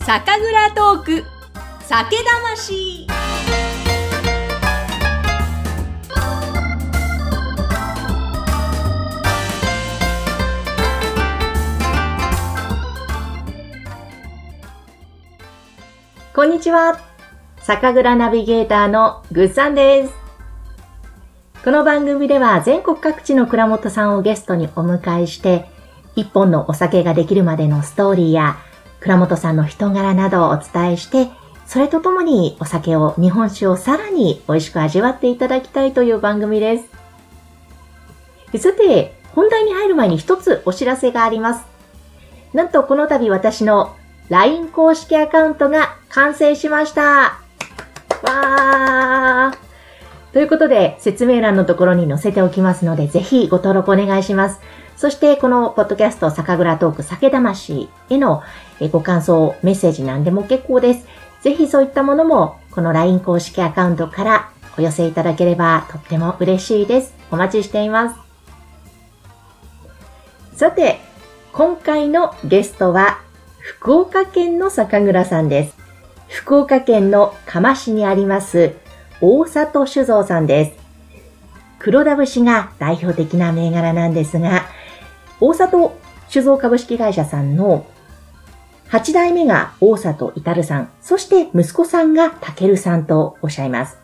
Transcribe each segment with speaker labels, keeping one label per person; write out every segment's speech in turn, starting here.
Speaker 1: 酒蔵トーク酒魂
Speaker 2: こんにちは。酒蔵ナビゲーターのぐっさんです。この番組では全国各地の蔵元さんをゲストにお迎えして、一本のお酒ができるまでのストーリーや、蔵元さんの人柄などをお伝えして、それとともにお酒を、日本酒をさらに美味しく味わっていただきたいという番組です。さて、本題に入る前に一つお知らせがあります。なんとこの度私の LINE 公式アカウントが完成しました。わー。ということで、説明欄のところに載せておきますので、ぜひご登録お願いします。そして、このポッドキャスト、酒蔵トーク酒魂へのえご感想、メッセージ何でも結構です。ぜひそういったものも、この LINE 公式アカウントからお寄せいただければとっても嬉しいです。お待ちしています。さて、今回のゲストは、福岡県の酒蔵さんです。福岡県の釜市にあります、大里酒造さんです。黒田節が代表的な銘柄なんですが、大里酒造株式会社さんの8代目が大里至さん、そして息子さんが健さんとおっしゃいます。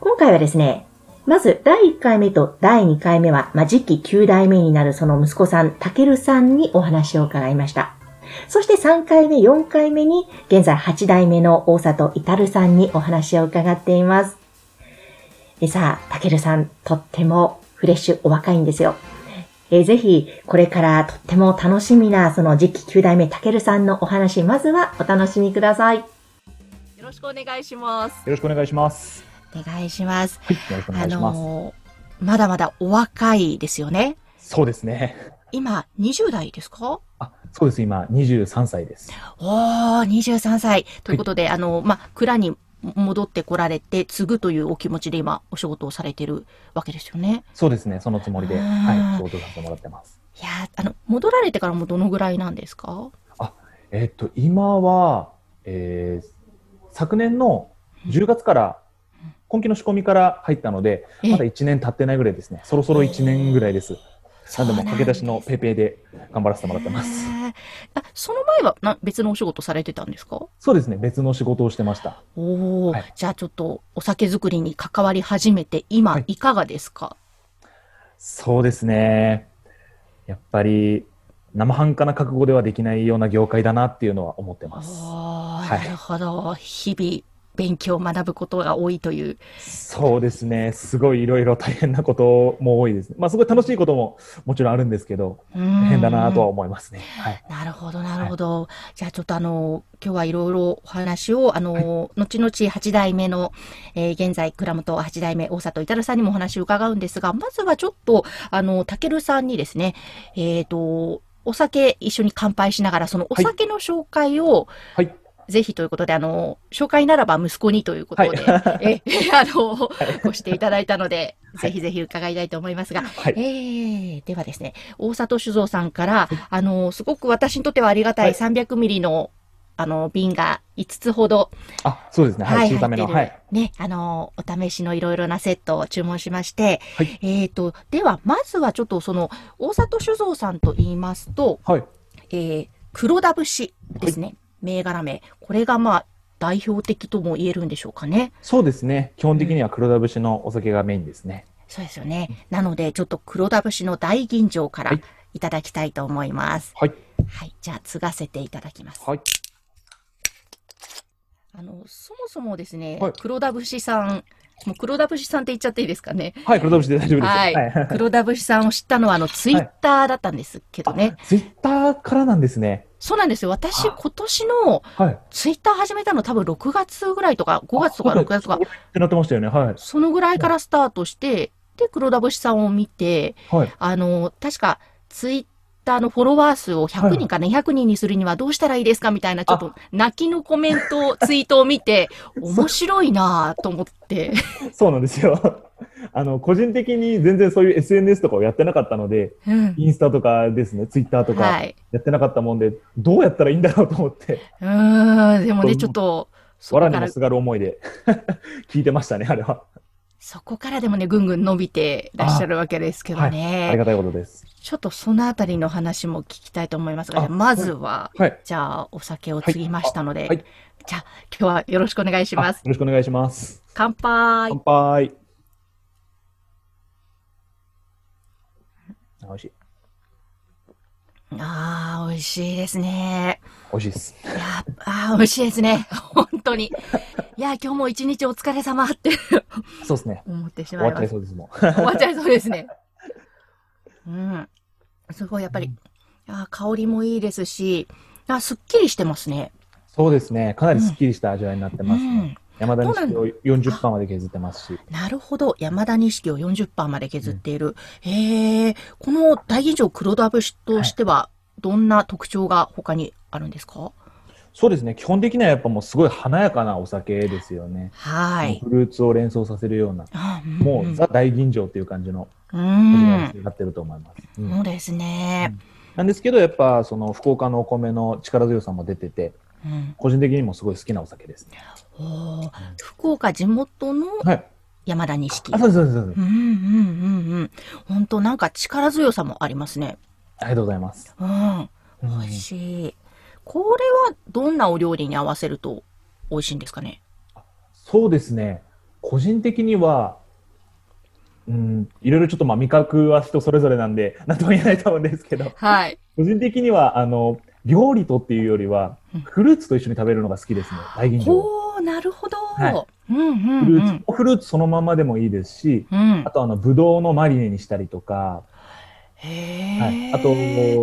Speaker 2: 今回はですね、まず第1回目と第2回目は、まあ、次期9代目になるその息子さん、健さんにお話を伺いました。そして3回目、4回目に、現在8代目の大里至さんにお話を伺っています。えさあ、たけるさん、とってもフレッシュ、お若いんですよ。えぜひ、これからとっても楽しみな、その次期9代目たけるさんのお話、まずはお楽しみください。
Speaker 1: よろしくお願いします
Speaker 3: よろしくお願いします。
Speaker 4: お願いします。
Speaker 3: はい、よろしくお願
Speaker 4: あ
Speaker 3: いします。
Speaker 4: のーまだまだお若いですよね。
Speaker 3: そうですね。
Speaker 4: 今、20代ですか
Speaker 3: あ、そうです。今、23歳です。
Speaker 4: おー、23歳。ということで、あのーまあ、蔵に戻ってこられて、継ぐというお気持ちで今、お仕事をされてるわけですよね。
Speaker 3: そうですね。そのつもりで、
Speaker 4: あー
Speaker 3: はい、仕事させてもらってます。
Speaker 4: いやーあの、戻られてからもうどのぐらいなんですか
Speaker 3: えっと、今は、えー昨年の10月から、今期の仕込みから入ったので、
Speaker 4: え
Speaker 3: まだ1年経ってないぐらいですね。そろそろ1年ぐらいです。
Speaker 4: そ
Speaker 3: な
Speaker 4: うんな
Speaker 3: で
Speaker 4: ん
Speaker 3: も、駆け出しのペイペイで頑張らせてもらってます。
Speaker 4: へーあその前はな別のお仕事されてたんですか
Speaker 3: そうですね。別の仕事をしてました。
Speaker 4: おお、
Speaker 3: はい
Speaker 4: じゃあちょっとお酒作りに関わり始めて、今、
Speaker 3: はい
Speaker 4: い、かがですか
Speaker 3: そうですね。やっぱり、生半可な覚悟ではできないような業界だなっていうのは思ってます。
Speaker 4: ああ、
Speaker 3: はい
Speaker 4: なるほど。日々、勉強を学ぶことが多いという。
Speaker 3: そうですね。すごいいろいろ大変なことも多いですね。まあすごい楽しいことももちろんあるんですけど、大変
Speaker 4: 変
Speaker 3: だなとは。思いますね。はい。
Speaker 4: なるほど、なるほど。じゃあちょっとあの、今日はいろいろお話を、あの、後々8代目の、えー現在、倉本8代目、大里至さんにもお話を伺うんですが、まずはちょっと、あの、たけるさんにですね、えっ、と、お酒一緒に乾杯しながら、そのお
Speaker 3: はい
Speaker 4: 酒の紹介を、
Speaker 3: はい
Speaker 4: ぜひということで、あの、紹介ならば息子にということ
Speaker 3: は
Speaker 4: で、
Speaker 3: い。
Speaker 4: え、あ の、
Speaker 3: い
Speaker 4: ごしていただいたので、
Speaker 3: は
Speaker 4: ぜ
Speaker 3: い
Speaker 4: ひぜひ伺いたいと思いますが、
Speaker 3: はい
Speaker 4: えーではですね、大里酒造さんから、あの、すごく私にとってはありがたい
Speaker 3: はい
Speaker 4: 300ミリの、あの、瓶が5つほど、
Speaker 3: あ、そうですね。はい。小さめの。は
Speaker 4: 入って
Speaker 3: い。
Speaker 4: るね、あの、お試しのいろいろなセットを注文しまして、
Speaker 3: はい
Speaker 4: えっと、では、まずはちょっとその、大里酒造さんと言いますと、
Speaker 3: はい。
Speaker 4: えー黒田節ですね、銘柄名。これがまあ、代表的とも言えるんでしょうかね。
Speaker 3: そうですね。基本的には黒田節のお酒がメインですね。
Speaker 4: そうですよね。なので、ちょっと黒田節の大吟醸か
Speaker 3: は
Speaker 4: ら
Speaker 3: い
Speaker 4: いただきたいと思います。
Speaker 3: はい。
Speaker 4: はい。じゃあ、継がせていただきます。
Speaker 3: はい。
Speaker 4: あの、そもそもですね、
Speaker 3: はい
Speaker 4: 黒田節さん、もう黒田節さんって言っちゃっていいですかね。
Speaker 3: はい。黒田節で大丈夫です。
Speaker 4: はい
Speaker 3: い。
Speaker 4: 黒田節さんを知ったのは、あの、ツイッターだったんですけどね。
Speaker 3: ツイッターからなんですね。
Speaker 4: そうなんですよ。私、
Speaker 3: あ
Speaker 4: 今年の
Speaker 3: はい。っ
Speaker 4: ツイッター始めたの多分6月ぐらいとか、5月とか
Speaker 3: あそう
Speaker 4: 6
Speaker 3: だ
Speaker 4: 月とか、
Speaker 3: てなってましたよね。はい。
Speaker 4: そのぐらいからスタートして、で、黒田節さんを見て、
Speaker 3: はい。
Speaker 4: あの、確か、ツイッターのフォロワー数を100人か200人にするにはどうしたらいいですかみたいな、ちょっと泣きのコメントを、ツイートを見て、面白いなぁと思って、
Speaker 3: そうなんですよ。 あの、個人的に全然そういう SNS とかをやってなかったので、
Speaker 4: うん。
Speaker 3: インスタとかですね、ツイッターと
Speaker 4: は
Speaker 3: か
Speaker 4: い。
Speaker 3: やってなかったもんで、どうやったらいいんだろうと思って、
Speaker 4: うーん。でもね、ち
Speaker 3: ち
Speaker 4: ょ
Speaker 3: ょ
Speaker 4: っ
Speaker 3: っ
Speaker 4: と、 そ
Speaker 3: わら
Speaker 4: こ
Speaker 3: に
Speaker 4: か
Speaker 3: も
Speaker 4: ら、
Speaker 3: すがる思いで 聞いてましたね、あれは。
Speaker 4: そこからでもね、ぐんぐん伸びてらっしゃるわけですけど
Speaker 3: あり
Speaker 4: ね。
Speaker 3: がたいことです。
Speaker 4: ちょっとそのあたりの話も聞きたいと思いますが、
Speaker 3: あ
Speaker 4: まずは、
Speaker 3: はい。
Speaker 4: じゃあ、お酒を継ぎましたので、
Speaker 3: はいはい
Speaker 4: じゃあ、今日はよろしくお願いし
Speaker 3: あ
Speaker 4: ま
Speaker 3: よ
Speaker 4: す。
Speaker 3: ろしくお願いします。
Speaker 4: 乾杯
Speaker 3: 乾。杯。あ美味しい。
Speaker 4: ああ、美味しいですね。
Speaker 3: 美味しいです。
Speaker 4: いやー、あー美味しいですね。 本当に。いやー、今日も一日お疲れ様って
Speaker 3: そうですね。
Speaker 4: 思ってし
Speaker 3: 終
Speaker 4: ま
Speaker 3: わ
Speaker 4: い
Speaker 3: っち
Speaker 4: ま
Speaker 3: ゃい
Speaker 4: す。
Speaker 3: そうですもん。
Speaker 4: 終わっちゃいそうですね。うん。すごい、やっぱり、あー香りもいいですし、あーすっきりしてますね。
Speaker 3: そうですね。かなりスッキリした味わいになってますね。
Speaker 4: うん
Speaker 3: 山田錦を40%まで削ってますし。
Speaker 4: なるほど。山田錦を40%まで削っている。へえ、この大吟醸黒ダブシとしては、どんな特徴が他にあるんですか
Speaker 3: そうですね。基本的にはやっぱもうすごい華やかなお酒ですよね。
Speaker 4: はい。
Speaker 3: フルーツを連想させるような。
Speaker 4: あー
Speaker 3: も
Speaker 4: ん
Speaker 3: うザ大吟醸っていう感じの
Speaker 4: う
Speaker 3: 味
Speaker 4: ん
Speaker 3: わい。になってると思います。うん
Speaker 4: そうですね。
Speaker 3: なんですけど、やっぱその福岡のお米の力強さも出てて、
Speaker 4: うん。
Speaker 3: 個人的にもすごい好きなお酒ですね。
Speaker 4: おー福岡地元の
Speaker 3: はい。
Speaker 4: 山田錦。
Speaker 3: あ、そうです、そうですそうです。
Speaker 4: うんうんうんうん。本当なんか力強さもありますね。
Speaker 3: ありがとうございます。
Speaker 4: うん。美味しい。これはどんなお料理に合わせると美味しいんですかね
Speaker 3: そうですね。個人的には、うん、いろいろちょっとまあ味覚は人それぞれなんで、なんとも言えないと思うんですけど、
Speaker 4: はい。
Speaker 3: 個人的には、あの、料理とっていうよりは
Speaker 4: うん、
Speaker 3: フルーツと一緒に食べるのが好きですね。大吟醸。
Speaker 4: ほう、なるほど。
Speaker 3: は
Speaker 4: うんうん
Speaker 3: フル
Speaker 4: う
Speaker 3: ー
Speaker 4: ん。
Speaker 3: ツ、フルーツそのままでもいいですし、
Speaker 4: うん
Speaker 3: あ。とあの、ぶどうのマリネにしたりとか、
Speaker 4: へえ、
Speaker 3: はい、あ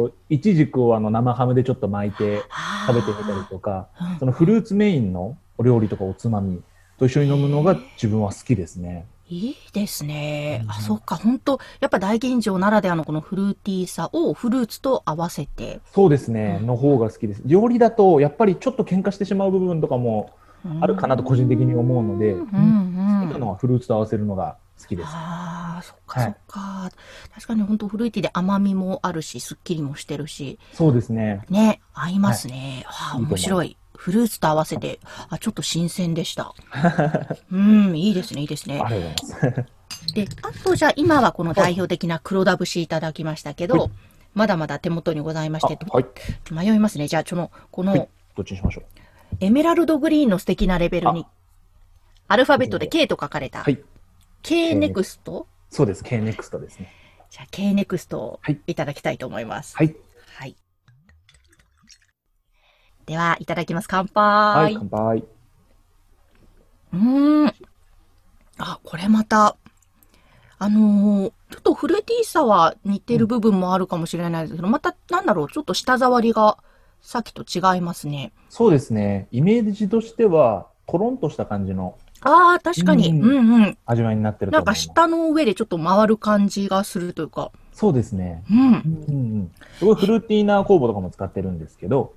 Speaker 3: と、いちじくをあの生ハムでちょっと巻いて食べてみたりとか、
Speaker 4: あー
Speaker 3: そのフルーツメインのお料理とかおつまみと一緒に飲むのが自分は好きですね。
Speaker 4: いいですね。あ、
Speaker 3: うん
Speaker 4: そっか、本当やっぱ大吟醸ならではのこのフルーティーさをフルーツと合わせて。
Speaker 3: そうですね、
Speaker 4: うん
Speaker 3: の方が好きです。料理だと、やっぱりちょっと喧嘩してしまう部分とかも、あるかなと個人的に思うので
Speaker 4: うんうん
Speaker 3: 好
Speaker 4: うん
Speaker 3: きなのはフルーツと合わせるのが好きです。
Speaker 4: ああ、そっか
Speaker 3: は
Speaker 4: そ
Speaker 3: い
Speaker 4: っか。確かに本当フルーティーで甘みもあるし、すっきりもしてるし。
Speaker 3: そうですね。
Speaker 4: ね、合いますね。ああ、
Speaker 3: いいと思います
Speaker 4: 面白い。フルーツと合わせて、あ、ちょっと新鮮で した。うん、いいですね、いいですね
Speaker 3: あ。りがとうございます。
Speaker 4: で、あとじゃあ今はこの代表的な黒ダブシいただきましたけど、
Speaker 3: はい
Speaker 4: まだまだ手元にございまして、
Speaker 3: あはい。
Speaker 4: 迷いますね。じゃあ、その、こ
Speaker 3: はい
Speaker 4: の
Speaker 3: どっちにしましょう。
Speaker 4: エメラルドグリーンの素敵なレベルに、アルファベットで
Speaker 3: そう
Speaker 4: K と書かれた、
Speaker 3: はい
Speaker 4: K ネクスト
Speaker 3: そうです。K-NEXT ですね。
Speaker 4: じゃあ K ネクストを
Speaker 3: はい
Speaker 4: いただきたいと思います。
Speaker 3: はい。
Speaker 4: はい。では、いただきます。乾
Speaker 3: は
Speaker 4: 杯。
Speaker 3: い、乾杯。
Speaker 4: うーん。あ、これまた、あのーちょっとフルーティーさは似てる部分もあるかもしれないですけど、また、なんだろう、ちょっと舌触りがさっきと違いますね。
Speaker 3: そうですね。イメージとしては、トロンとした感じの
Speaker 4: ああ、確かに。う
Speaker 3: うんん
Speaker 4: うん。
Speaker 3: 味わいになってると
Speaker 4: なん
Speaker 3: 思い
Speaker 4: か
Speaker 3: ます。
Speaker 4: 舌の上でちょっと回る感じがするというか。
Speaker 3: そうですね。
Speaker 4: うん
Speaker 3: う。んうんうん、すごいフルーティーな酵母とかも使ってるんですけど、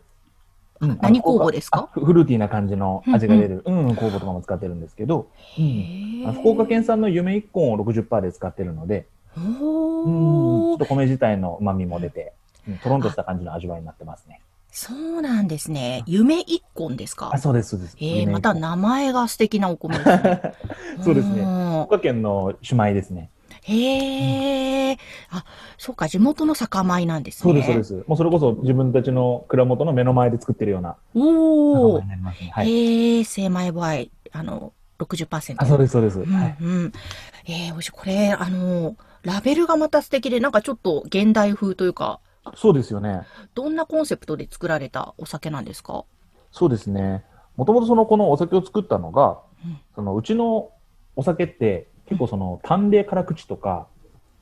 Speaker 3: うん
Speaker 4: 何酵母ですか
Speaker 3: あフルーティーな感じの味が出る、うん、うん、酵母とかも使ってるんですけど、うん
Speaker 4: へ
Speaker 3: あ
Speaker 4: ー
Speaker 3: 福岡県産の夢一本を60%で使ってるので、うん、ちょ
Speaker 4: お
Speaker 3: っ
Speaker 4: ー
Speaker 3: と米自体の旨味も出て、うん、トロンとした感じの味わいになってますね。
Speaker 4: そうなんですね。夢一根ですか
Speaker 3: あ、そうです、そうです。
Speaker 4: ええ
Speaker 3: 夢
Speaker 4: ま
Speaker 3: 一
Speaker 4: た
Speaker 3: 本
Speaker 4: 名前が素敵なお米ですね。
Speaker 3: そうですね
Speaker 4: ん
Speaker 3: 福岡県の姉妹ですね。
Speaker 4: へえ、あ、そうか、地元の酒米なんですね。
Speaker 3: そうです、そうです。もうそれこそ自分たちの蔵元の目の前で作ってるような酒
Speaker 4: お
Speaker 3: 米
Speaker 4: お
Speaker 3: に、なりますね。はい。
Speaker 4: へえ、精米倍、あの、60%。
Speaker 3: あ、そうです、そうです。
Speaker 4: う
Speaker 3: はい。
Speaker 4: ん、うん。ええ、おいしい。これ、あの、ラベルがまた素敵で、なんかちょっと現代風というか、
Speaker 3: そうですよね。
Speaker 4: どんなコンセプトで作られたお酒なんですか
Speaker 3: そうですね。もともとそのこのお酒を作ったのが、
Speaker 4: うん
Speaker 3: そのうちのお酒って結構その淡麗辛口とか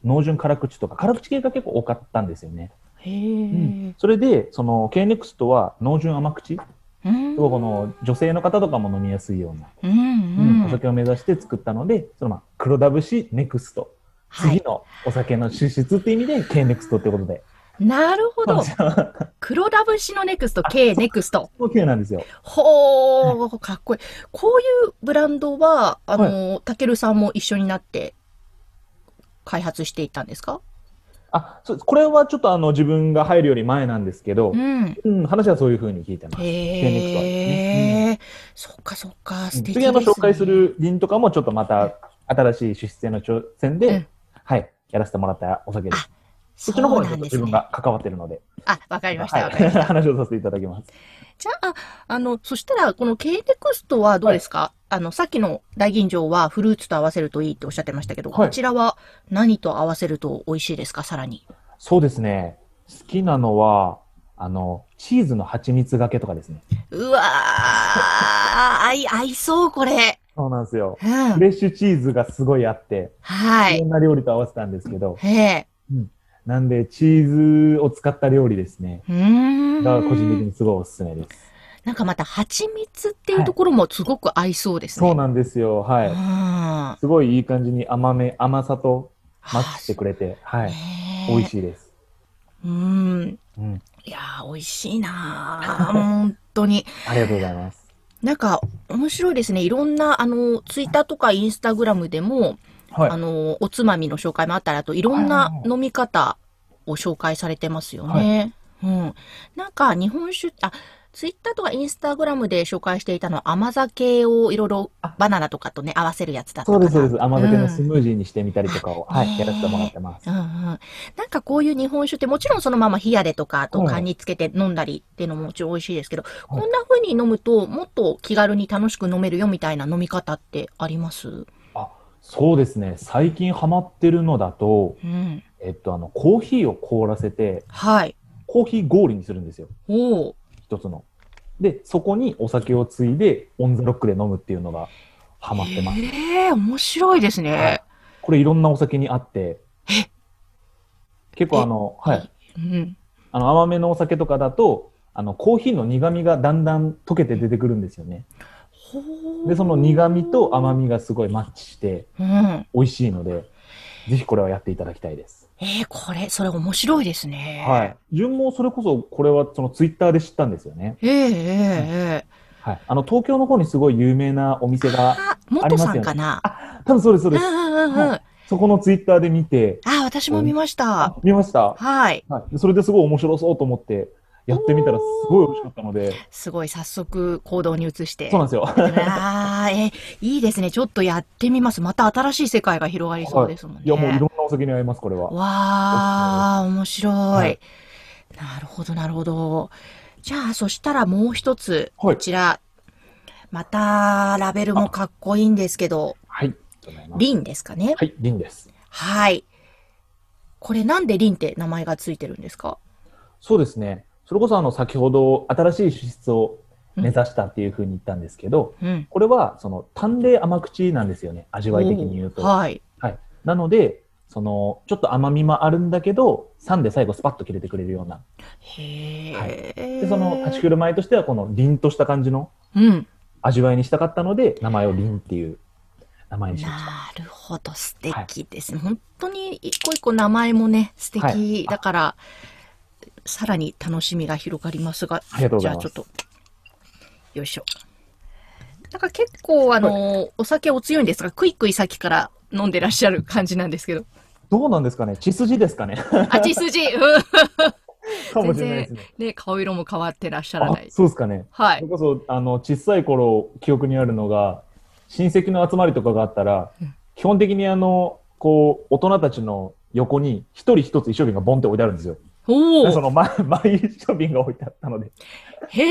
Speaker 3: 濃純辛口とか辛口系が結構多かったんですよね。
Speaker 4: へ
Speaker 3: ん
Speaker 4: え。
Speaker 3: それでその K-NEXT は濃純甘口、
Speaker 4: うん。
Speaker 3: すごいこの女性の方とかも飲みやすいような、
Speaker 4: うん、う
Speaker 3: うん
Speaker 4: ん。
Speaker 3: お酒を目指して作ったので、そのまあ黒ダブシ NEXT。
Speaker 4: は
Speaker 3: 次
Speaker 4: い。
Speaker 3: のお酒の支出って意味で K-NEXT ってことで。
Speaker 4: なるほど。
Speaker 3: そうなんですよ
Speaker 4: 黒ラブシのネクスト、K ネクスト。
Speaker 3: 高級なんですよ。
Speaker 4: ほー、かっこいい。こういうブランドは、あの、たけるさんも一緒になって開発していったんですか
Speaker 3: あ、そうこれはちょっとあの自分が入るより前なんですけど
Speaker 4: う、ん。
Speaker 3: うん、話はそういうふうに聞いてます。
Speaker 4: へえ、そっかそっか、素敵です、
Speaker 3: 次
Speaker 4: ね。
Speaker 3: あの紹介する人とかもちょっとまた新しい出世の挑戦で、
Speaker 4: うん
Speaker 3: はい、やらせてもらったお酒です。そっ
Speaker 4: そ
Speaker 3: ちの方
Speaker 4: うな
Speaker 3: にちょっ
Speaker 4: ん
Speaker 3: と
Speaker 4: で
Speaker 3: 自
Speaker 4: す
Speaker 3: 分
Speaker 4: ね。
Speaker 3: が関わってるので、
Speaker 4: あ、わかりました。わかり
Speaker 3: はい、
Speaker 4: ました
Speaker 3: 話をさせていただきます。
Speaker 4: じゃあ、あの、そしたら、この K ネクストはどうですか、あの、さっきの大吟醸はフルーツと合わせるといいっておっしゃってましたけど、
Speaker 3: はい
Speaker 4: こちらは何と合わせると美味しいですかさらに。
Speaker 3: そうですね。好きなのは、あの、チーズの蜂蜜がけとかですね。
Speaker 4: うわー、合い、合いそう、これ。
Speaker 3: そうなんですよ。
Speaker 4: う
Speaker 3: フ
Speaker 4: ん。
Speaker 3: レッシュチーズがすごいあって、
Speaker 4: はいい
Speaker 3: ろ。んな料理と合わせたんですけど、
Speaker 4: へえ。
Speaker 3: なんでチーズを使った料理ですね。
Speaker 4: うーん。
Speaker 3: が個人的にすごいおすすめです。
Speaker 4: なんかまた、蜂蜜っていうところもすごく合いそうですね。
Speaker 3: そうなんですよ。はい。
Speaker 4: うん
Speaker 3: すごいいい感じに甘め、甘さと
Speaker 4: マ
Speaker 3: マッチしてくれて、はい。
Speaker 4: ねえ
Speaker 3: 美味しいです。
Speaker 4: うん。
Speaker 3: うん。
Speaker 4: いやー、美味しいなー本当に。
Speaker 3: ありがとうございます。
Speaker 4: なんか、面白いですね。いろんな、あの、ツイッターとかインスタグラムでも、
Speaker 3: はい
Speaker 4: あの、おつまみの紹介もあったり、あと、いろんな
Speaker 3: はい
Speaker 4: 飲み方を紹介されてますよね。うん。なんか、日本酒、あ、ツイッターとかインスタグラムで紹介していたのは甘酒をいろいろ
Speaker 3: あ
Speaker 4: バナナとかとね、合わせるやつだった
Speaker 3: そう
Speaker 4: か
Speaker 3: です、そう
Speaker 4: な。
Speaker 3: です。甘酒のスムージーにしてみたりとかを、
Speaker 4: うん
Speaker 3: はい、やらせてもらってます
Speaker 4: うん。うん、なんかこういう日本酒ってもちろんそのまま冷やでとか、あと
Speaker 3: うん
Speaker 4: 缶につけて飲んだりっていうのももちろん美味しいですけど、こんな風に飲むともっと気軽に楽しく飲めるよみたいな飲み方ってあります
Speaker 3: そうですね。最近ハマってるのだと、
Speaker 4: うん。
Speaker 3: えっと、あの、コーヒーを凍らせて、
Speaker 4: はい。
Speaker 3: コーヒー氷にするんですよ。
Speaker 4: おお。
Speaker 3: 一つの。で、そこにお酒をついで、オンザロックで飲むっていうのがハマってます。
Speaker 4: ええ面白いですね。
Speaker 3: これいろんなお酒にあって
Speaker 4: え、
Speaker 3: 結構あの、はい。
Speaker 4: うん。
Speaker 3: あの甘めのお酒とかだとあのコーヒーの苦みがだんだん溶けて出てくるんですよね。
Speaker 4: ほー
Speaker 3: でその苦みと甘。みがすごいマッチして
Speaker 4: うん。
Speaker 3: 美味しいのでぜひこれはやっていただきたいです。
Speaker 4: ええこれ、それ面白いですね。
Speaker 3: はい。順もそれこそこれはそのツイッターで知ったんですよね。
Speaker 4: い。えええええ
Speaker 3: はい。あの東京の方にすごい有名なお店
Speaker 4: え
Speaker 3: が
Speaker 4: あ、元さんかな。
Speaker 3: 多分そうですそう
Speaker 4: う
Speaker 3: で
Speaker 4: ん
Speaker 3: す。
Speaker 4: うんうんうん。
Speaker 3: はそこのツイッターで見て
Speaker 4: あ、私も見ました。
Speaker 3: 見ました。
Speaker 4: はい。
Speaker 3: はい。それですごい面白そうと思ってやってみたらすごい美味しかったので、
Speaker 4: すごい、早速行動に移して。
Speaker 3: そうなんです よ。
Speaker 4: ああ、え、いいですね。ちょっとやってみます。また新しい世界が広がりそうですもんね。
Speaker 3: いやもういろんなお酒に合いますこれは。
Speaker 4: わあ、面白い。
Speaker 3: はい
Speaker 4: なるほど、なるほど。じゃあ、そしたらもう一つ、
Speaker 3: は
Speaker 4: こ
Speaker 3: い
Speaker 4: ちら。また、ラベルもかっこいいんですけど、
Speaker 3: はい。ありがとうございます
Speaker 4: リンですかね。
Speaker 3: はい、リンです。
Speaker 4: はい。これなんでリンって名前がついてるんですか
Speaker 3: そうですね。それこそあの先ほど新しい脂質を目指したっていうふうに言ったんですけど、
Speaker 4: うん。
Speaker 3: これはその淡麗甘口なんですよね。味わい的に言うと。
Speaker 4: はい。
Speaker 3: なので、そのちょっと甘みもあるんだけど、酸で最後スパッと切れてくれるような。
Speaker 4: へえ。
Speaker 3: で、その立ち振る舞いとしてはこの凛とした感じの
Speaker 4: うん。
Speaker 3: 味わいにしたかったので、名前を凛っていう名前にしました。
Speaker 4: なるほど、素敵です。本当に一個一個名前もね、素敵、
Speaker 3: はい
Speaker 4: だから、さらに楽しみが広がりますが、
Speaker 3: ありがとうご
Speaker 4: じ
Speaker 3: ざ
Speaker 4: ゃ
Speaker 3: い
Speaker 4: あ
Speaker 3: ま
Speaker 4: ちょ
Speaker 3: す
Speaker 4: っ。と、よいしょ。なんか結構、あのお酒お強いんですが、クイクイさっきから飲んでらっしゃる感じなんです けど。
Speaker 3: どうなんですかね血筋ですか ね
Speaker 4: あ、血筋、うん、
Speaker 3: かもしれないですね。
Speaker 4: ね、顔色も変わってらっしゃら
Speaker 3: あ
Speaker 4: ない。
Speaker 3: そうですかね。
Speaker 4: は
Speaker 3: そ
Speaker 4: い
Speaker 3: れ。こそ、あの、小さい頃、記憶にあるのが、親戚の集まりとかがあったら、
Speaker 4: うん
Speaker 3: 基本的にあの、こう、大人たちの横に、一人一つ一升瓶がボンって置いてあるんですよ。
Speaker 4: お
Speaker 3: でそ
Speaker 4: お
Speaker 3: の、毎、毎一升瓶が置いてあったの で、
Speaker 4: へ
Speaker 3: 多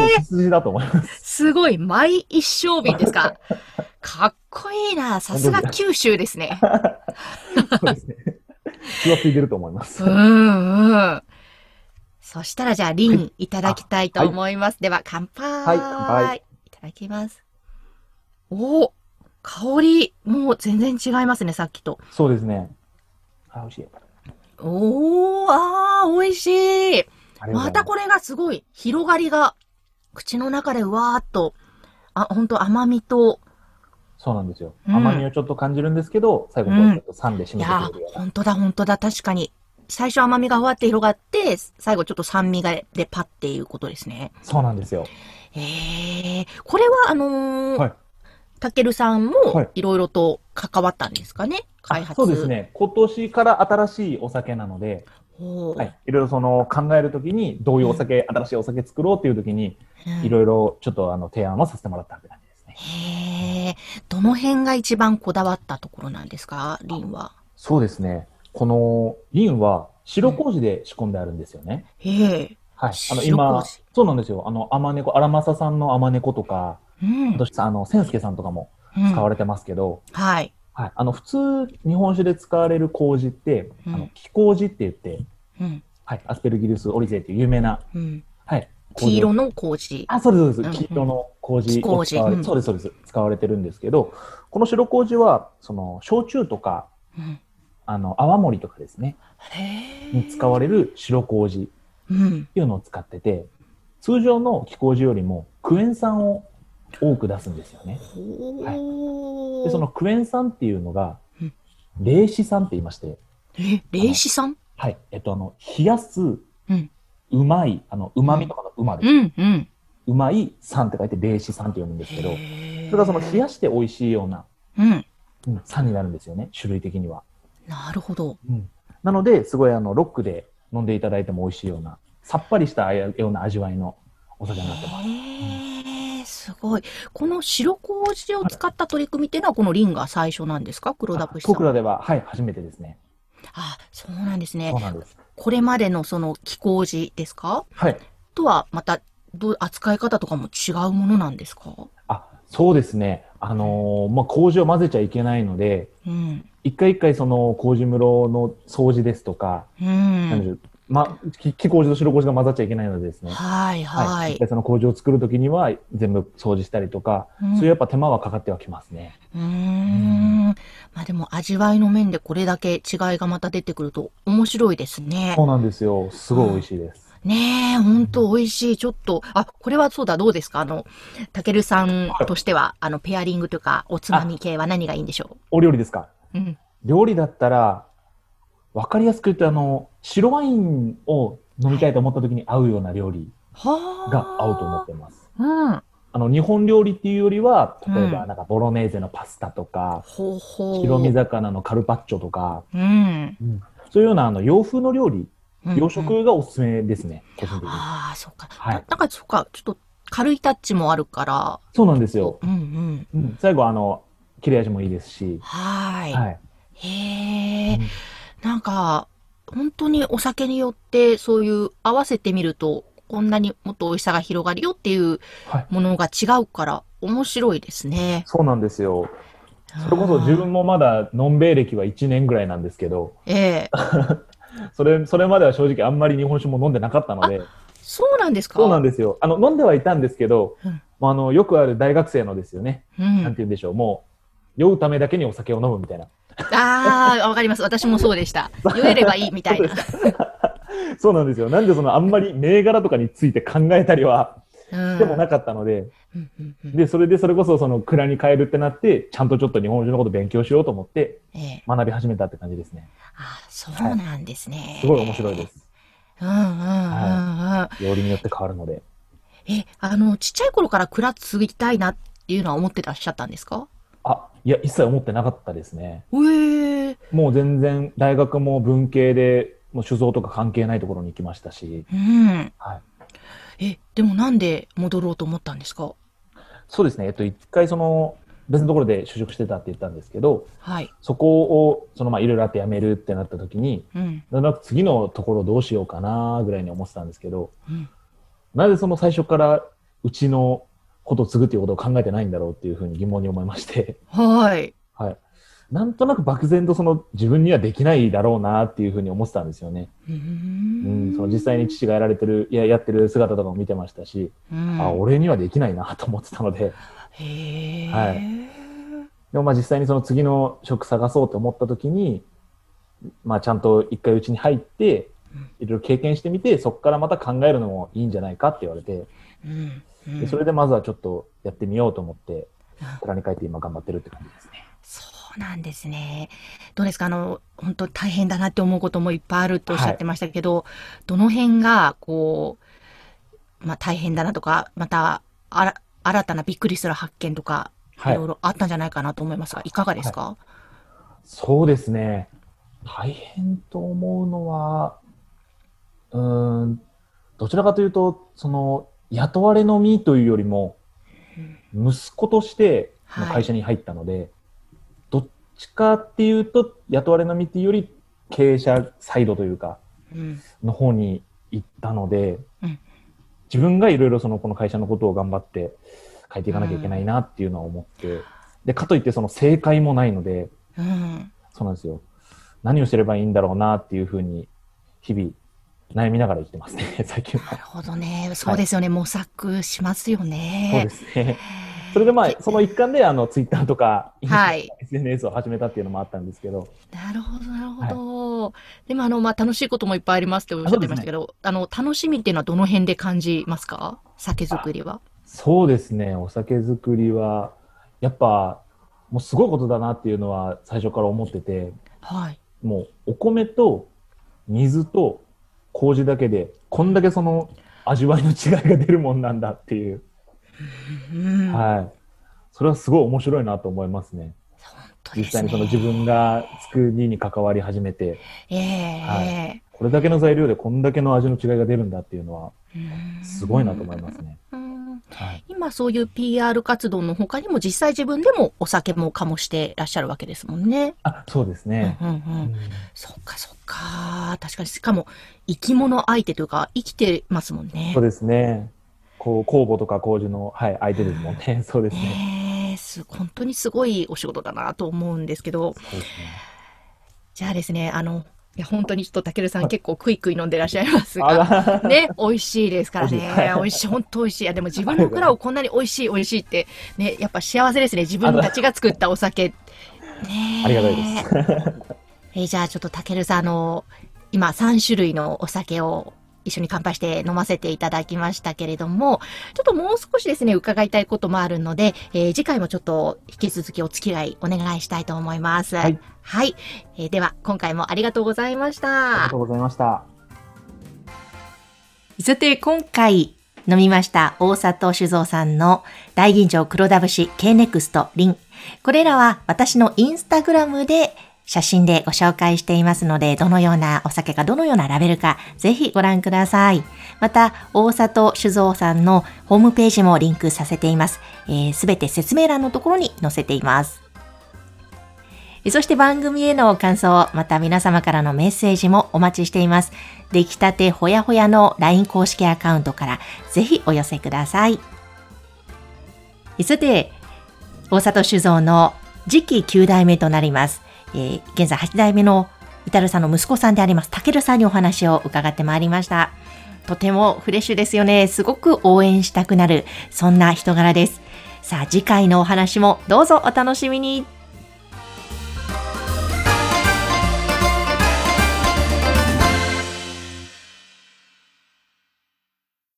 Speaker 4: え
Speaker 3: 分、血筋だと思います。
Speaker 4: すごい、毎一升瓶です か。かっこいいな。さすが九州ですね。
Speaker 3: そうですね。 血はついてると思います。
Speaker 4: うんうん。そしたらじゃあ、リンいただきたいと思います。では、乾杯。
Speaker 3: はい乾杯
Speaker 4: いただきます。おお香り、もう全然違いますね、さっきと。
Speaker 3: そうですね。あ、美味しい。
Speaker 4: おおあー、美味しい。
Speaker 3: ありがとうござい
Speaker 4: またこれがすごい、広がりが、口の中でうわーっと、あ、ほんと甘みと、
Speaker 3: そうなんですよ。
Speaker 4: うん
Speaker 3: 甘みをちょっと感じるんですけど、最後こうちょっと酸で締
Speaker 4: い
Speaker 3: めて
Speaker 4: や
Speaker 3: くれるよ
Speaker 4: ー、
Speaker 3: うな。
Speaker 4: ほんとだ、ほんとだ、確かに。最初甘みがふわって広がって、最後ちょっと酸味がでパッっていうことですね。
Speaker 3: そうなんですよ。
Speaker 4: ええこれはあのー
Speaker 3: はい
Speaker 4: たけるさん
Speaker 3: はい
Speaker 4: もいろいろと関わったんですかね、開
Speaker 3: あ
Speaker 4: 発。
Speaker 3: そうですね。今年から新しいお酒なので、
Speaker 4: ほう。
Speaker 3: はい、いろいろその考えるときに、どういうお酒、新しいお酒作ろうっていうときに、いろいろちょっとあの提案はさせてもらったって感じですね。
Speaker 4: へえ、どの辺が一番こだわったところなんですか、リンは。
Speaker 3: そうですね。このリンは白麹で仕込んであるんですよね。
Speaker 4: へえ、
Speaker 3: はい。あの
Speaker 4: 白
Speaker 3: 今
Speaker 4: 麹、
Speaker 3: そうなんですよ。あの、甘猫、荒政さんの甘猫とか、
Speaker 4: うん。
Speaker 3: あとあの、千助さんとかも
Speaker 4: うん
Speaker 3: 使われてますけど、
Speaker 4: はい。
Speaker 3: はい。あの、普通、日本酒で使われる麹って、
Speaker 4: う
Speaker 3: あ
Speaker 4: ん
Speaker 3: の、木麹って言って、
Speaker 4: うん。
Speaker 3: はい。アスペルギルスオリゼっていう有名な、
Speaker 4: うん。
Speaker 3: はい。
Speaker 4: 黄
Speaker 3: の
Speaker 4: 色の麹。
Speaker 3: あ、そうです、そうで
Speaker 4: うん
Speaker 3: す。黄色の麹を使
Speaker 4: 黄麹
Speaker 3: われ、
Speaker 4: うん
Speaker 3: そうです、そうです。使われてるんですけど、この白麹は、その、焼酎とか、
Speaker 4: うん。
Speaker 3: あの、泡盛とかですね、
Speaker 4: へ
Speaker 3: に使われる白麹っ
Speaker 4: うん。
Speaker 3: ていうのを使ってて、通常の木麹よりもクエン酸を多く出すんですよね。
Speaker 4: ほう。
Speaker 3: で、そのクエン酸っていうのが
Speaker 4: うん、
Speaker 3: 冷脂酸って言いまして、
Speaker 4: え、霊視さん
Speaker 3: はい。えっと、あの、冷やす、うんまい、あの、うまみとかのうまで
Speaker 4: う、ん、うん。
Speaker 3: うまい酸って書いて冷脂酸って読むんですけど、
Speaker 4: へえ
Speaker 3: それがその冷やして美味しいような、
Speaker 4: うん。
Speaker 3: うん、酸になるんですよね、種類的には。
Speaker 4: なるほど。
Speaker 3: なので、すごいあのロックで飲んでいただいても美味しいような、さっぱりしたような味わいのお酒になってます。
Speaker 4: へえ、すごい。この白麹を使った取り組みっていうのは、このリンが最初なんですか黒田
Speaker 3: あ
Speaker 4: 節さ
Speaker 3: 僕
Speaker 4: ん。
Speaker 3: らでは、はい、初めてですね。
Speaker 4: あ、そうなんですね
Speaker 3: そう。なんです。
Speaker 4: これまでのその気麹ですか
Speaker 3: はい。
Speaker 4: とはまたどう扱い方とかも違うものなんですか
Speaker 3: あ、そうですね。あのーまあ、麹を混ぜちゃいけないので、
Speaker 4: うん。
Speaker 3: 一回一回その麹室の掃除ですとか、
Speaker 4: う
Speaker 3: なんでし
Speaker 4: ん。
Speaker 3: ょうま、き木麹と白麹が混ざっちゃいけないのでですね。
Speaker 4: はいは
Speaker 3: 一
Speaker 4: い。
Speaker 3: 回その麹を作るときには全部掃除したりとか、
Speaker 4: うん
Speaker 3: そういうやっぱ手間はかかってはきますね。
Speaker 4: うーん。まあでも味わいの面でこれだけ違いがまた出てくると面白いですね
Speaker 3: そ。うなんですよ。すごい美味しいです。
Speaker 4: ねえ、ほんと美味しい。ちょっと、あ、これはそうだ、どうですかあの、たけるさんとしては、あの、ペアリングというか、おつまみ系は何がいいんでしょ
Speaker 3: お料理ですか
Speaker 4: ううん。
Speaker 3: 料理だったら、わかりやすく言うと、あの、白ワインを飲みたいと思った時に合うような料理
Speaker 4: は
Speaker 3: が合うと思ってます。
Speaker 4: うん。
Speaker 3: あの、日本料理っていうよりは、例え
Speaker 4: う
Speaker 3: ば、なんか、ボロネーゼのパスタとか、
Speaker 4: ほうほう。
Speaker 3: 白身魚のカルパッチョとか、
Speaker 4: うん。
Speaker 3: そういうような、あの、洋風の料理、洋食がおすすめですね、個人的に。
Speaker 4: ああ、そうか。
Speaker 3: はい
Speaker 4: ななんか、そうか、ちょっと軽いタッチもあるから。
Speaker 3: そうなんですよ。
Speaker 4: うんうん。
Speaker 3: うん最後、あの、切れ味もいいですし、
Speaker 4: はーい。
Speaker 3: はい。
Speaker 4: へえ、
Speaker 3: うん
Speaker 4: なんか、本当にお酒によって、そういう合わせてみると、こんなにもっと美味しさが広がるよっていう
Speaker 3: はい
Speaker 4: ものが違うから、面白いですね。
Speaker 3: そうなんですよ。それこそ自分もまだ、のんべい歴は1年ぐらいなんですけど、
Speaker 4: あー。ええ
Speaker 3: それ、それまでは正直あんまり日本酒も飲んでなかったので、
Speaker 4: そうなんですか
Speaker 3: そうなん
Speaker 4: で
Speaker 3: ですよ。あの、飲んではいたんですけど、
Speaker 4: うん
Speaker 3: まあ、あの、よくある大学生のですよね。
Speaker 4: す。う
Speaker 3: な
Speaker 4: ん
Speaker 3: んて。言うんでしょう。もう、酔うためだけにお酒を飲むみたいな。
Speaker 4: ああ、わかります。私もそうで した。酔えればいいみたいな。
Speaker 3: そうなんですよ。なんでその、あんまり銘柄とかについて考えたりは、
Speaker 4: うん
Speaker 3: でもなかったので、
Speaker 4: うんうんうん
Speaker 3: で、それでそれこそその、蔵に帰るってなって、ちゃんとちょっと日本酒のこと勉強しようと思って、
Speaker 4: ええ
Speaker 3: 学び始めたって感じですね。
Speaker 4: あ、そうなんですね。。
Speaker 3: すごい面白いですす。
Speaker 4: うんうんうんうん。
Speaker 3: 料理によって変わるので。
Speaker 4: え、あの、ちっちゃい頃から蔵継ぎたいなっていうのは思ってらっしゃったんですか
Speaker 3: あ、いや、一切思ってなかったですね。
Speaker 4: ええ。
Speaker 3: もう全然大学も文系で、もう酒造とか関係ないところに行きましたし、
Speaker 4: うん。
Speaker 3: はい
Speaker 4: え、でもなんで戻ろうと思ったんですか
Speaker 3: そうですね、えっと、一回その別のところで就職してたって言ったんですけど、
Speaker 4: はい。
Speaker 3: そこをそのまあいろいろあって辞めるってなった時に、
Speaker 4: うん。
Speaker 3: なんとなく次のところどうしようかなぐらいに思ってたんですけど、
Speaker 4: うん
Speaker 3: なぜその最初からうちのことを継ぐっていうことを考えてないんだろうっていうふうに疑問に思いまして、
Speaker 4: はい。
Speaker 3: はい。なんとなく漠然とその自分にはできないだろうなっていうふうに思ってたんですよね。
Speaker 4: う
Speaker 3: うんん、その実際に父がやられてる、いや、やってる姿とかも見てましたし、
Speaker 4: うん
Speaker 3: あ、俺にはできないなと思ってたので、
Speaker 4: へえ。
Speaker 3: はいでもまあ実際にその次の職探そうと思った時に、まあちゃんと一回うちに入って
Speaker 4: うん、
Speaker 3: いろいろ経験してみて、そこからまた考えるのもいいんじゃないかって言われて、
Speaker 4: うん。うん
Speaker 3: でそれでまずはちょっとやってみようと思って、蔵に帰って今頑張ってるって感じですね。
Speaker 4: そうなんですね。どうですかあの、本当大変だなって思うこともいっぱいあるとおっしゃってましたけど、どの辺が、こう、まあ大変だなとか、また、あら、新たなびっくりする発見とか、い
Speaker 3: はい
Speaker 4: ろいろあったんじゃないかなと思いますが、いかがですか
Speaker 3: そうですね。大変と思うのは、うーん、どちらかというと、その、雇われの身というよりも、息子としての
Speaker 4: はい
Speaker 3: 会社に入ったので、どっちかっていうと、雇われの身っていうより、経営者サイドというか、
Speaker 4: うん。
Speaker 3: の方に行ったので、
Speaker 4: うん
Speaker 3: 自分がいろいろそのこの会社のことを頑張って変えていかなきゃいけないなっていうのは思って、でかといってその正解もないので
Speaker 4: うん。
Speaker 3: そうなんですよ何をすればいいんだろうなっていうふうに日々悩みながら生きてますね 最近
Speaker 4: な
Speaker 3: は
Speaker 4: るほどね。そうですよね。模索しますよ
Speaker 3: そう
Speaker 4: ね
Speaker 3: で。すねそれでまあその一環であのツイッターとか、
Speaker 4: はい、
Speaker 3: SNS を始めたっていうのもあったんですけど
Speaker 4: なるほど、なるほど。でも、あの、まあ、楽しいこともいっぱいありますっておっしゃってましたけど、あの、楽しみっていうのはどの辺で感じますか酒造りは。
Speaker 3: そうですねお酒作りはやっぱもうすごいことだなっていうのは最初から思ってて
Speaker 4: はい。
Speaker 3: もうお米と水と麹だけでこんだけその味わいの違いが出るもんなんだっていう、
Speaker 4: うん。本
Speaker 3: はいそれはすごい面白いなと思いますね
Speaker 4: 当で
Speaker 3: 実
Speaker 4: す
Speaker 3: 際にその
Speaker 4: ね。
Speaker 3: 自分が作りに関わり始めて
Speaker 4: ええ
Speaker 3: はこれだけの材料でこんだけの味の違いが出るんだっていうのは
Speaker 4: うん
Speaker 3: すごいなと思いますね、
Speaker 4: うん
Speaker 3: はい、
Speaker 4: 今そういう PR 活動の他にも実際自分でもお酒も醸してらっしゃるわけですもんね。
Speaker 3: あそうですね、
Speaker 4: うんうんうん
Speaker 3: うん
Speaker 4: そっかそっか。確かに、しかも生き物相手というか生きてますもんね
Speaker 3: そう。ですねこう酵母とか麹の、はい、相手ですもんねそうですね
Speaker 4: ねえす本当にすごいお仕事だなと思うんですけど、
Speaker 3: そうですね
Speaker 4: じゃあですね、あの、いや本当にちょっとたけるさん結構クイクイ飲んでらっしゃいます
Speaker 3: あ
Speaker 4: が、
Speaker 3: ら
Speaker 4: ね、美味しいですから
Speaker 3: 美味し
Speaker 4: ね
Speaker 3: い。
Speaker 4: 美味しい、本当美味しい。いや、でも自分の蔵をこんなに美味しい、美味しいって、ね、やっぱ幸せですね。自分たちが作ったお酒。ねえ
Speaker 3: ありがたいです
Speaker 4: えーじゃあちょっとたけるさん、あの、今3種類のお酒を一緒に乾杯して飲ませていただきましたけれども、ちょっともう少しですね、伺いたいこともあるので、えー次回もちょっと引き続きお付き合いお願いしたいと思います。
Speaker 3: はい。
Speaker 4: はい。えーでは、今回もありがとうございまし
Speaker 3: あり
Speaker 4: た
Speaker 3: がと。うございました
Speaker 2: さて、今回飲みました大里酒造さんの大吟醸黒田節 K-NEXT リン。これらは私のインスタグラムで写真でご紹介していますので、どのようなお酒かどのようなラベルかぜひご覧ください。また、大里酒造さんのホームページもリンクさせています。す、えー、べ、て説明欄のところに載せています。えそして番組への感想、また皆様からのメッセージもお待ちしています。出来たてほやほやの LINE 公式アカウントからぜひお寄せください。さて、大里酒造の次期9代目となります。えー現在8代目のイタルさんの息子さんであります、たけるさんにお話を伺ってまいりました。とてもフレッシュですよね。すごく応援したくなる、そんな人柄です。さあ、次回のお話もどうぞお楽しみに。